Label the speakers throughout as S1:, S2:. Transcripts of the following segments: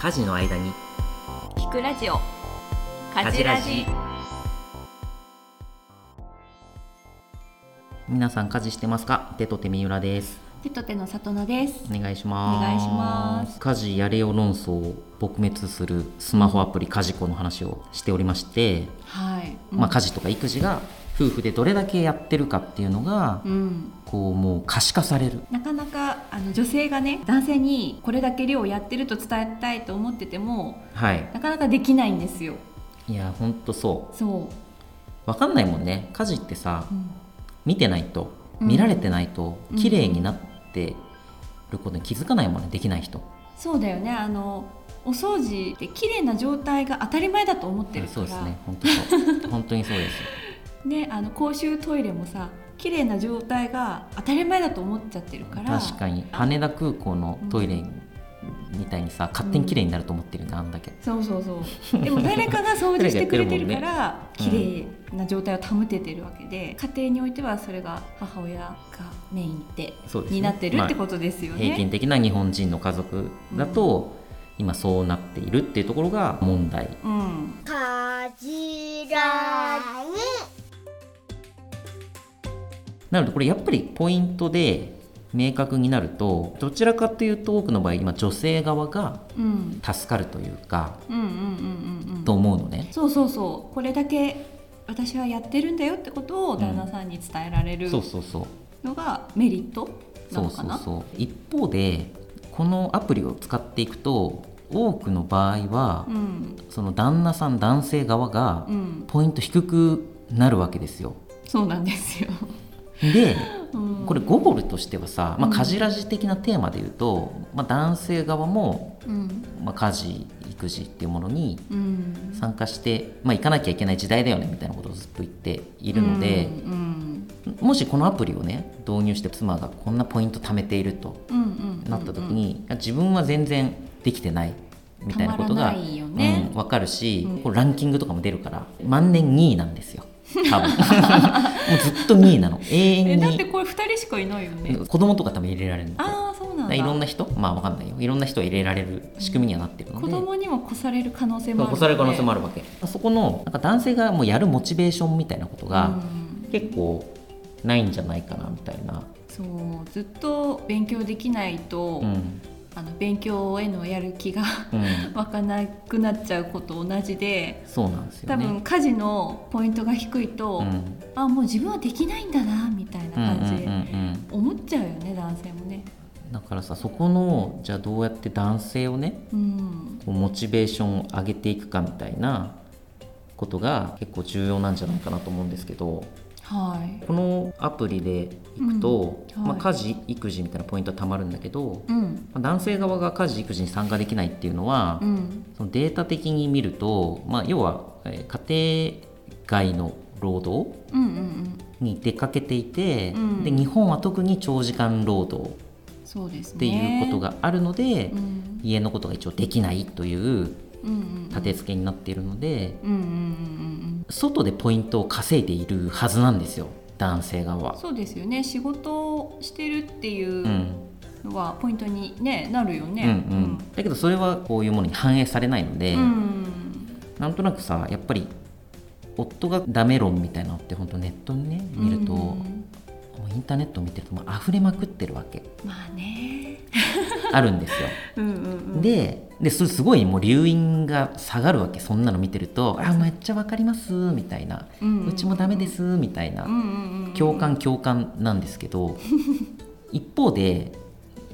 S1: 家事の間に
S2: 聞くラジオ家事ラジ
S1: 皆さん家事してますか手と手三浦です
S2: 手と手の里奈です
S1: お願いします
S2: お願いします
S1: 家事やれよ論争を撲滅するスマホアプリ家事コの話をしておりまして、
S2: はい、
S1: まあ、家事とか育児が夫婦でどれだけやってるかっていうのが、
S2: うん
S1: こうもう可視化される
S2: なかなかあの女性がね男性にこれだけ量をやってると伝えたいと思ってても
S1: はい
S2: なかなかできないんですよ
S1: いやほんとそ
S2: そう
S1: う分かんないもんね家事ってさ
S2: う、ん
S1: 見てないと
S2: うん
S1: 見られてないと
S2: うん
S1: 綺麗になってることに気づかないもんねできない人
S2: そうだよねあのお掃除って綺麗な状態が当たり前だと思ってるから
S1: そうですね本当そう本当にそうです
S2: ねあの公衆トイレもさ綺麗な状態が当たり前だと思っちゃってるから
S1: 確かに羽田空港のトイレみたいにさ勝手に綺麗になると思ってるんだあんだけ
S2: そうそうそうでも誰かが掃除してくれてるか
S1: 誰か
S2: ら
S1: やってるもん
S2: 綺麗な状態を保ててるわけで家庭においてはそれが母親がメインって
S1: そうですね
S2: になってるってことですよ
S1: 平均
S2: ね。
S1: 的な日本人の家族だと、今そうなっているっていうところが問題
S2: うん、
S3: かじらに
S1: なのでこれやっぱりポイントで明確になるとどちらかというと多くの場合今女性側が
S2: うん、
S1: 助かるというか
S2: うんうんうんうんうん
S1: と思うのね
S2: そうそうそうこれだけ私はやってるんだよってことを旦那さんに伝えられる
S1: そうそうそう
S2: のがメリットな
S1: そう
S2: のか
S1: そう
S2: な
S1: そう一方でこのアプリを使っていくと多くの場合は、
S2: うん
S1: その旦那さん男性側が
S2: うん
S1: ポイント低くなるわけですよ
S2: そうなんですよ、
S1: で
S2: うん、
S1: これゴールとしてはさ、まあ、
S2: うん
S1: 家事ラジ的なテーマで言うと、まあ、男性側も、
S2: うん
S1: まあ、家事育児っていうものに
S2: うん
S1: 参加して、まあ、行かなきゃいけない時代だよねみたいなことをずっと言っているので、
S2: うん
S1: もしこのアプリをね導入して妻がこんなポイント貯めていると
S2: うんうんうん
S1: なった時に、自分は全然できてないみたいなこと
S2: たま
S1: が
S2: らないよね
S1: うん、分かるし、
S2: うん
S1: こうランキングとかも出るから万年2位なんですよ多 分もうずっと2位なの永
S2: え
S1: 遠
S2: だって
S1: に
S2: これ2人しかいないよね、
S1: 子供とか多分入れられるのだか
S2: ああそうなんだ
S1: らいろんな人まあ分かんないよいろんな人を入れられる仕組みにはなってるの
S2: 子
S1: で。
S2: 供にも越される可能性もある、
S1: 残される可能性もあ
S2: る
S1: るわけそこのなんか男性がもうやるモチベーションみたいなことが結構ないんじゃないかなみたいな、
S2: そうずっと勉強できないと、
S1: うん
S2: あの勉強へのやる気が
S1: うん、
S2: 湧かなくなっちゃうこと同じで
S1: そうなんですよ
S2: 多
S1: ね
S2: 分家事のポイントが低いと、
S1: うん
S2: あもう自分はできないんだなみたいな
S1: うんうん
S2: 感じ
S1: うん
S2: で
S1: うん
S2: 思っちゃうよね男性もね。
S1: だからさそこのじゃあどうやって男性をね
S2: うん、
S1: こうモチベーションを上げていくかみたいなことが結構重要なんじゃないかなと思うんですけど
S2: はい、
S1: このアプリでいくと、
S2: うんは
S1: ま
S2: い
S1: あ、家事育児みたいなポイントはたまるんだけど、
S2: うん
S1: まあ男性側が家事育児に参加できないっていうのは、
S2: うん
S1: そのデータ的に見ると、まあ、要はえー家庭外の労働
S2: うんうんうん
S1: に出かけていて、
S2: うん
S1: で日本は特に長時間労働
S2: そうですね。
S1: っていうことがあるので、
S2: うん
S1: 家のことが一応できないという
S2: うんうん
S1: 立て付けになっているので、
S2: うんうんうんうん
S1: 外でポイントを稼いでいるはずなんですよ男性側
S2: うん
S1: は。
S2: そうですよね仕事をしてるっていううんのはポイントに、ね、なるよね。
S1: うんうん、だけどそれはこういうものに反映されないので、
S2: うんうん
S1: なんとなくさやっぱり夫がダメ論みたいなのって本当ネットにね見ると、
S2: う
S1: も
S2: ん
S1: うインターネット見てるともう溢れまくってるわけ
S2: まあね。
S1: あるんですよ。
S2: うんうんうん、
S1: でですすごいもう留飲が下がるわけそんなの見てると「あめっちゃわかります」みたいな
S2: うんうん
S1: 「うちもダメです」みたいな
S2: うんうんうん、
S1: 共感共感なんですけど一方で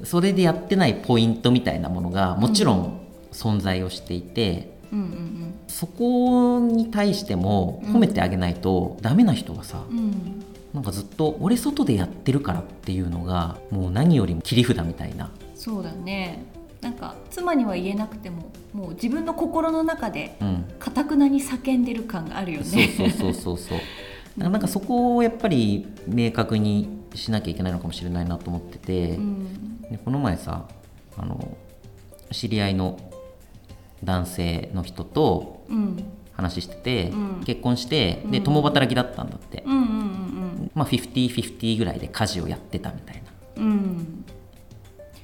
S1: それでやってないポイントみたいなものがもちろん存在をしていて、
S2: うんうん
S1: そこに対しても褒めてあげないと、ダメな人はさ
S2: うんうん
S1: なんかずっと「俺外でやってるから」っていうのがもう何よりも切り札みたいな、
S2: そうだねなんか妻には言えなくてももう自分の心の中で
S1: うん、
S2: かたくなに叫んでる感があるよね。
S1: そうそうそうそうそうだからなんかそこをやっぱり明確にしなきゃいけないのかもしれないなと思ってて。
S2: うん
S1: でこの前さあの知り合いの男性の人と
S2: うん
S1: 話してて、
S2: うん
S1: 結婚してで
S2: うん
S1: 共働きだったんだって
S2: うんうんうんうん
S1: まあ、50/50ぐらいで家事をやってたみたいな
S2: うん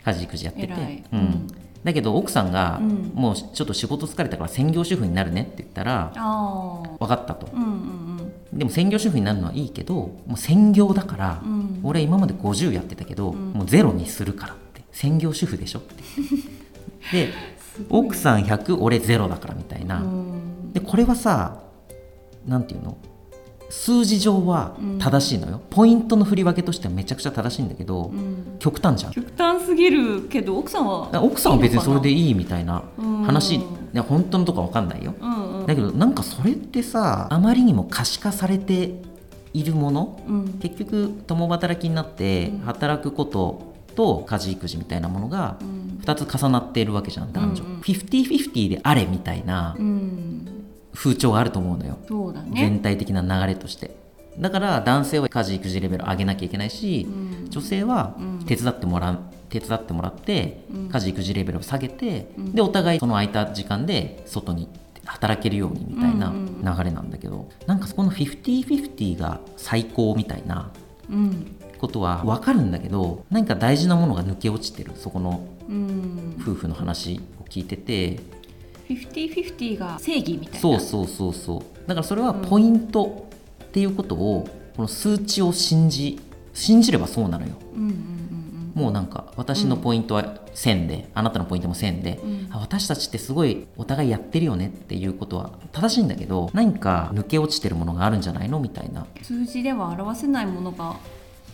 S1: 家事育児やってて、
S2: 偉い
S1: うん
S2: うん
S1: だけど奥さんが、
S2: うん
S1: もうちょっと仕事疲れたから専業主婦になるねって言ったら
S2: ああ
S1: 分かったと
S2: うんうん
S1: でも専業主婦になるのはいいけどもう専業だから、
S2: うんうん
S1: 俺今まで50やってたけど、
S2: ん
S1: もうゼロにするからって専業主婦でしょって で奥さん100俺ゼロだからみたいな、
S2: うん
S1: でこれはさなんていうの数字上は正しいのよ、ポイントの振り分けとしてはめちゃくちゃ正しいんだけど、
S2: うん
S1: 極端じゃん
S2: 極端すぎるけど奥さんは
S1: だから奥さんは別にそれで
S2: いい
S1: いいみたいな
S2: うん
S1: 話いや本当のとこは分かんないよ
S2: のかなうんうん
S1: だけどなんかそれってさあまりにも可視化されているもの
S2: うん
S1: 結局共働きになって
S2: うん
S1: 働くことと家事育児みたいなものが
S2: うん
S1: 2つ重なっているわけじゃん男女、
S2: うんうん
S1: 50/50であれみたいな
S2: うん
S1: 風潮があると思うのよ
S2: そうだね
S1: 全体的な流れとしてだから男性は家事育児レベル上げなきゃいけないし、
S2: うん
S1: 女性は
S2: うん
S1: 手伝ってもらう手伝ってもらって
S2: うん
S1: 家事育児レベルを下げて、
S2: うん
S1: でお互いその空いた時間で外に働けるようにみたいな
S2: うんうん
S1: 流れなんだけど、なんかそこの50/50が最高みたいな
S2: うん
S1: ことは分かるんだけど何か大事なものが抜け落ちてるそこの
S2: うん
S1: 夫婦の話を聞いてて、
S2: 50/50が正義みたいな
S1: そうそうそうそうだからそれはポイントっていうことを、この数値を信じ信じればそうなのよ
S2: うんうん
S1: もうなんか私のポイントは1000で、あなたのポイントも1000で、
S2: うん
S1: あ私たちってすごいお互いやってるよねっていうことは正しいんだけど何か抜け落ちてるものがあるんじゃないのみたいな
S2: うん数字では表せないものが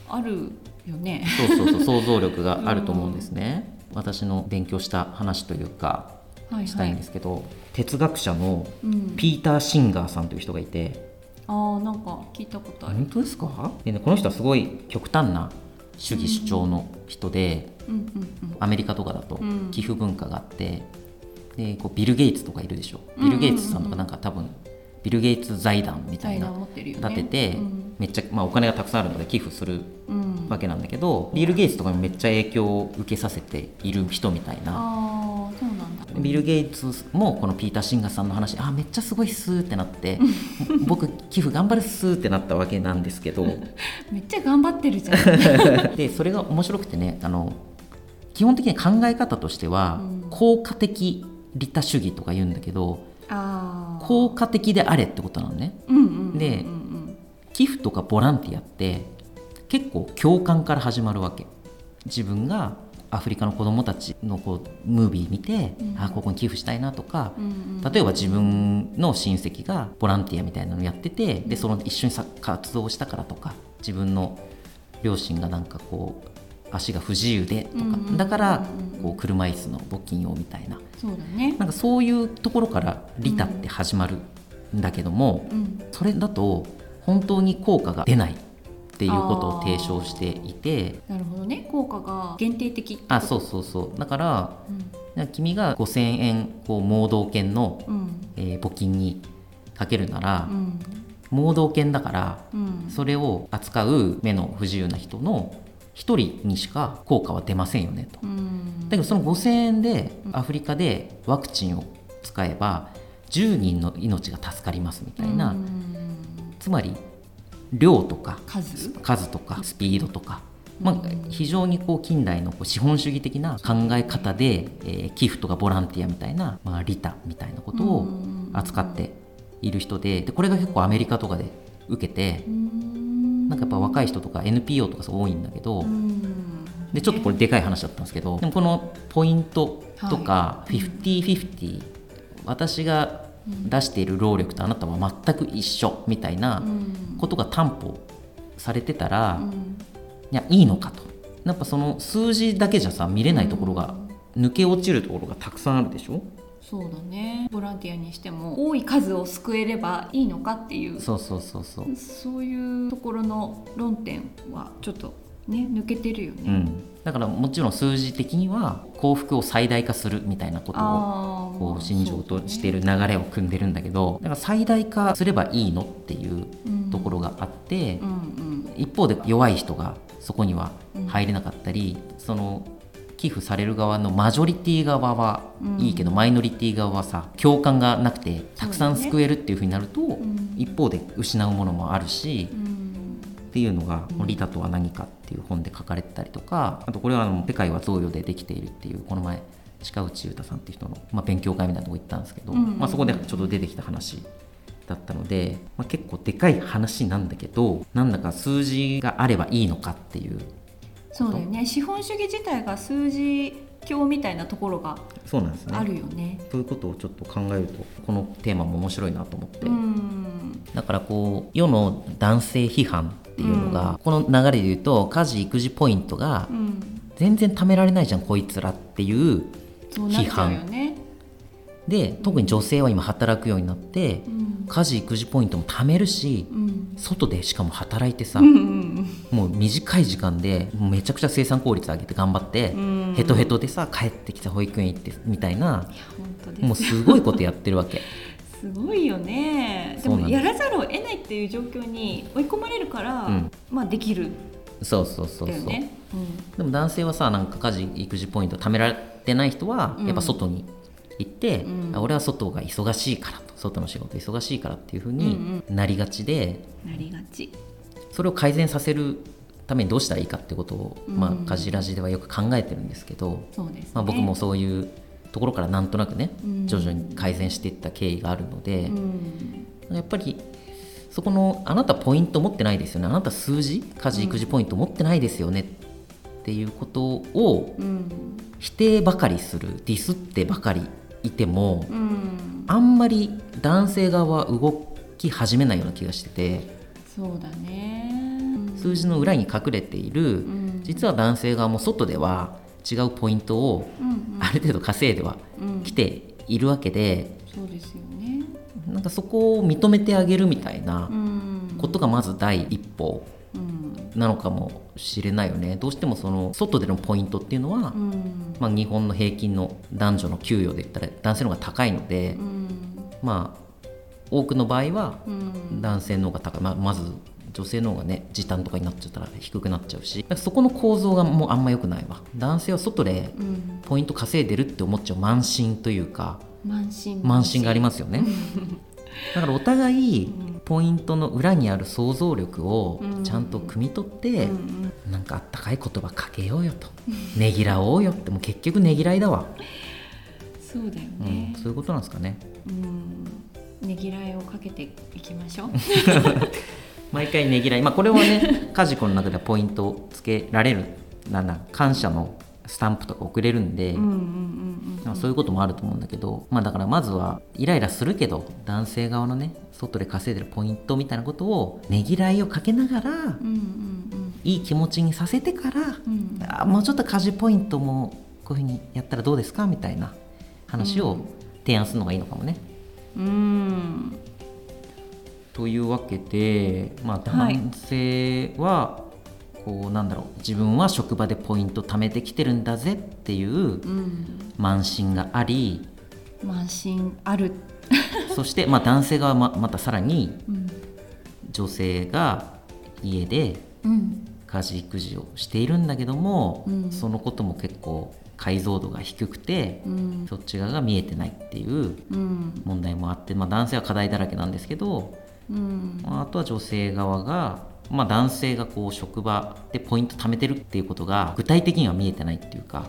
S2: あるよね
S1: そうそうそう想像力があると思うんですね、私の勉強した話というか
S2: はいはい
S1: したいんですけど、哲学者の
S2: うん
S1: ピーター・シンガーさんという人がいて、
S2: あーなんか聞いたことある
S1: 本当ですかで、ね、この人はすごい極端な主義主張の人で、
S2: うんうん
S1: アメリカとかだと
S2: うん
S1: 寄付文化があって、でこうビル・ゲイツとかいるでしょ
S2: うんう
S1: ビ
S2: んうんう
S1: ル・
S2: ん
S1: ゲイツさんとかなんか多分ビル・ゲイツ財団み
S2: うん
S1: たい
S2: 財
S1: な
S2: 団持ってるよね
S1: 立てて、
S2: うん
S1: めっちゃ、まあ、お金がたくさんあるので寄付する
S2: うん
S1: わけなんだけどビル・ゲイツとかにめっちゃ影響を受けさせている人みたいな。
S2: ああそうなんだ
S1: ビル・ゲイツもこのピーター・シンガーさんの話あめっちゃすごいっすーってな って僕寄付頑張るっすーってなったわけなんですけ ど
S2: めっちゃ頑張ってるじゃん
S1: でそれが面白くてねあの基本的に考え方としては、
S2: うん
S1: 効果的利他主義とか言うんだけど
S2: ああ
S1: 効果的であれってことなのね
S2: うんうんうんうん
S1: で寄付とかボランティアって結構共感から始まるわけ自分がアフリカの子どもたちのこうムービー見て、
S2: うん
S1: あここに寄付したいなとか
S2: う、んうん
S1: 例えば自分の親戚がボランティアみたいなのやっててでその一緒にさ活動したからとか自分の両親がなんかこう足が不自由でと
S2: うんうんうんう
S1: か
S2: ん
S1: だからこう車椅子の募金をみたいな
S2: そうだね
S1: なんかそういうところから利他って始まるんだけども
S2: うん
S1: それだと本当に効果が出ないっていうことを提唱していて
S2: なるほどね効果が限定的
S1: あそうそうそうだから
S2: うん
S1: 君が5,000円こう盲導犬の
S2: うん
S1: えー募金にかけるなら
S2: う、ん
S1: 盲導犬だから
S2: うん
S1: それを扱う目の不自由な人の1人にしか効果は出ませんよねと。
S2: うん
S1: だけどその5,000円でアフリカでワクチンを使えば10人の命が助かりますみたいな、
S2: うん
S1: つまり量とか
S2: 数
S1: 数とかスピードとか、まあ
S2: うん、
S1: 非常にこう近代のこう資本主義的な考え方で、えー寄付とかボランティアみたいな、まあ、利他みたいなことを扱っている人ででこれが結構アメリカとかで受けて
S2: うん
S1: なんかやっぱ若い人とか NPO とかすごい多いんだけど
S2: うん
S1: でちょっとこれでかい話だったんですけどでもこのポイントとか50/50私が出している労力とあなたは全く一緒みたいな
S2: うん
S1: ことが担保されてたら
S2: うん
S1: いやいいのかとやっぱその数字だけじゃさ見れないところが抜け落ちるところがたくさんあるでしょ
S2: そうだねボランティアにしても多い数を救えればいいのかっていう
S1: そうそうそうそう
S2: そういうところの論点はちょっとね抜けてるよ
S1: う
S2: ね。
S1: ん、だからもちろん数字的には幸福を最大化するみたいなことを
S2: ああ
S1: こう心情としている
S2: ね
S1: 流れを組んでるんだけどだから最大化すればいいのっていうところがあって
S2: うんうん
S1: 一方で弱い人がそこには入れなかったりその寄付される側のマジョリティ側は
S2: うん
S1: いいけどマイノリティ側はさ共感がなくてたくさん
S2: そうだね
S1: 救えるっていうふうになると
S2: ん
S1: 一方で失うものもあるし
S2: うん
S1: っっていうのが
S2: う
S1: 「
S2: ん
S1: リタとは何か」っていう本で書かれてたりとかあとこれはあの「世界は贈与でできている」っていうこの前鹿内豊さんっていう人の、まあ、勉強会みたいなとこ行ったんですけど、
S2: うんうんうん
S1: まあ、そこでちょっと出てきた話だったので、まあ、結構でかい話なんだけどなんだか数字があればいいのかっていう
S2: そうだよね資本主義自体が数字教みたいなところが
S1: そうなんですね
S2: あるよね。
S1: そういうことをちょっと考えるとこのテーマも面白いなと思って、
S2: うん
S1: だからこう世の男性批判っていうのが、
S2: う
S1: この流れで言うと家事育児ポイントが
S2: うん、
S1: 全然貯められないじゃんこいつらっていう
S2: そうなっちゃうよね。
S1: で特に女性は今働くようになって
S2: うん
S1: 家事育児ポイントも貯めるし
S2: うん
S1: 外でしかも働いてさ、
S2: うんうん
S1: もう短い時間でもうめちゃくちゃ生産効率上げて頑張って、
S2: うん
S1: ヘトヘトでさ帰ってきた保育園行ってみたいない
S2: や本当です
S1: もうすごいことやってるわけ
S2: すごいよねで
S1: そうな
S2: も
S1: んで
S2: や
S1: す
S2: らざるを得ないっていう状況に追い込まれるから、
S1: うん
S2: まあできるん
S1: そうそうそう
S2: だ
S1: そう、
S2: よね。
S1: でも男性はさなんか家事育児ポイント貯められてない人は
S2: うん
S1: やっぱ外に行って、
S2: うん
S1: あ俺は外が忙しいからと外の仕事忙しいからっていうふう
S2: うん
S1: になりがちで、
S2: うんなりがち。
S1: それを改善させるためにどうしたらいいかってことを、まあ
S2: うん、
S1: 家事ラジではよく考えてるんですけど、
S2: そうです、ね。
S1: まあ、僕もそういうところからなんとなくね
S2: うん
S1: 徐々に改善していった経緯があるので
S2: う、ん
S1: やっぱりそこのあなたポイント持ってないですよねあなた数字家事育児ポイント持ってないですよねっていうことを
S2: うん
S1: 否定ばかりするディスってばかりいても
S2: うん、
S1: あんまり男性側は動き始めないような気がしてて
S2: そうだね。
S1: 数字の裏に隠れている
S2: うん
S1: 実は男性側も外では違うポイントを
S2: うん
S1: ある程度稼いでは
S2: うんうん
S1: きているわけで
S2: そうですよね。
S1: なんかそこを認めてあげるみたいな
S2: うん
S1: ことがまず第一歩
S2: うん
S1: なのかもしれないよねどうしてもその外でのポイントっていうのは
S2: う、ん
S1: まあ、日本の平均の男女の給与で言ったら男性の方が高いので
S2: う、ん
S1: まあ多くの場合は
S2: うん
S1: 男性の方が高い、まあ、まず女性の方がね時短とかになっちゃったら低くなっちゃうしだからそこの構造がもうあんま良くないわ男性は外で
S2: うん
S1: ポイント稼いでるって思っちゃう慢心というか
S2: 慢心
S1: 慢心がありますよねだからお互いポイントの裏にある想像力を
S2: うん
S1: ちゃんと汲み取っ
S2: う
S1: て、
S2: ん
S1: なんかあったかい言葉かけようよとねぎらおうよってもう結局ねぎらいだわ、
S2: うんそうだよ
S1: うん
S2: ね。
S1: そういうことなんですかね
S2: うんねぎらいをかけていきましょう。
S1: 毎回ねぎらい、まあ、これは ねカジコの中ではポイントをつけられるなんだ感謝のスタンプとか送れるんで、
S2: うんうんうん
S1: まあそういうこともあると思うんだけど、まあ、だからまずはイライラするけど男性側のね外で稼いでるポイントみたいなことをねぎらいをかけながら、
S2: うんうんうん
S1: いい気持ちにさせてから、
S2: うんうん
S1: あもうちょっと家事ポイントもこういうふうにやったらどうですかみたいな話
S2: う
S1: を
S2: ん
S1: 提案するのがいいのかもね。
S2: うん
S1: というわけで、まあ、
S2: はい
S1: 男性は、こうなんだろう自分は職場でポイント貯めてきてるんだぜっていう
S2: うん
S1: 慢心があり
S2: 慢心ある。
S1: そしてまあ男性側はままたさらに
S2: うん
S1: 女性が家で
S2: うん
S1: 家事育児をしているんだけども、
S2: うん
S1: そのことも結構解像度が低くて
S2: う、ん
S1: そっち側が見えてないっていう
S2: うん
S1: 問題もあって、まあ、男性は課題だらけなんですけど、
S2: うん
S1: まあ、あとは女性側が、まあ、男性がこう職場でポイント貯めてるっていうことが具体的には見えてないっていうか、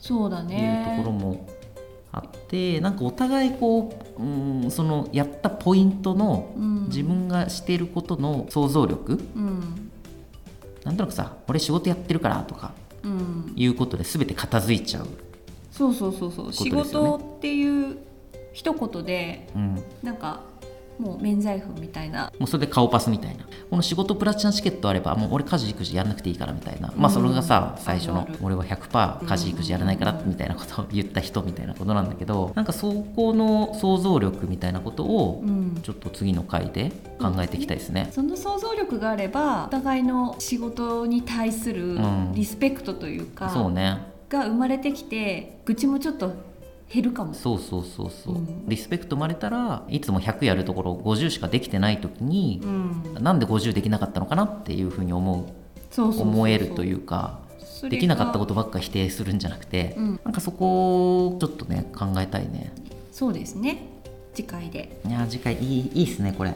S2: そうだ
S1: いうと
S2: ね。
S1: ころもあってなんかお互いこううんそのやったポイントの
S2: うん
S1: 自分がしていることの想像力、
S2: うん
S1: なんとなくさ俺仕事やってるからとか
S2: うん
S1: いうことで全て片付いちゃう。
S2: そうそうそうそう、
S1: こと
S2: 仕
S1: ですよね
S2: 事っていう一言で
S1: うん
S2: なんかもう免罪符みたいな、
S1: もうそれで顔パスみたいなこの仕事プラチナチケットあればもう俺家事育児やんなくていいからみたいな、まあそれがさ
S2: うん
S1: 最初
S2: あ
S1: の
S2: るある
S1: 俺は100%家事育児やらないからみたいなことを言 った人みたいなことなんだけどなんかそこの想像力みたいなことを
S2: うん、
S1: ちょっと次の回で考えていきたいですね。
S2: その想像力があればお互いの仕事に対する
S1: うん
S2: リスペクトというか、
S1: そうね
S2: が生まれてきて愚痴もちょっと減るかも。
S1: そうそうそうそう、
S2: うん
S1: リスペクト生まれたらいつも100やるところ50しかできてない時に
S2: う、ん、
S1: なんで50できなかったのかなっていうふうに思
S2: そうそう
S1: う
S2: そうそう
S1: 思えるというか
S2: それが
S1: できなかったことばっか否定するんじゃなくて、
S2: うん
S1: なんかそこをちょっとね考えたいね
S2: そうですね次回で
S1: いやー次回いいいいっすねこれ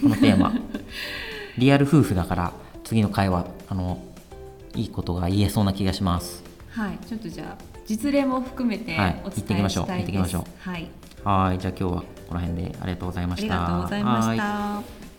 S1: このテーマリアル夫婦だから次の会話あのいいことが言えそうな気がします
S2: はい、ちょっとじゃあ実例も含めて
S1: はい
S2: お
S1: 行ってき
S2: 伝
S1: ま
S2: え
S1: しょう
S2: したい
S1: 行ってき
S2: で。
S1: ますしょう
S2: はい、
S1: はいじゃあ今日はこの辺でありがとうございま
S2: あ
S1: し
S2: り
S1: た
S2: がとうございまし
S1: は
S2: た。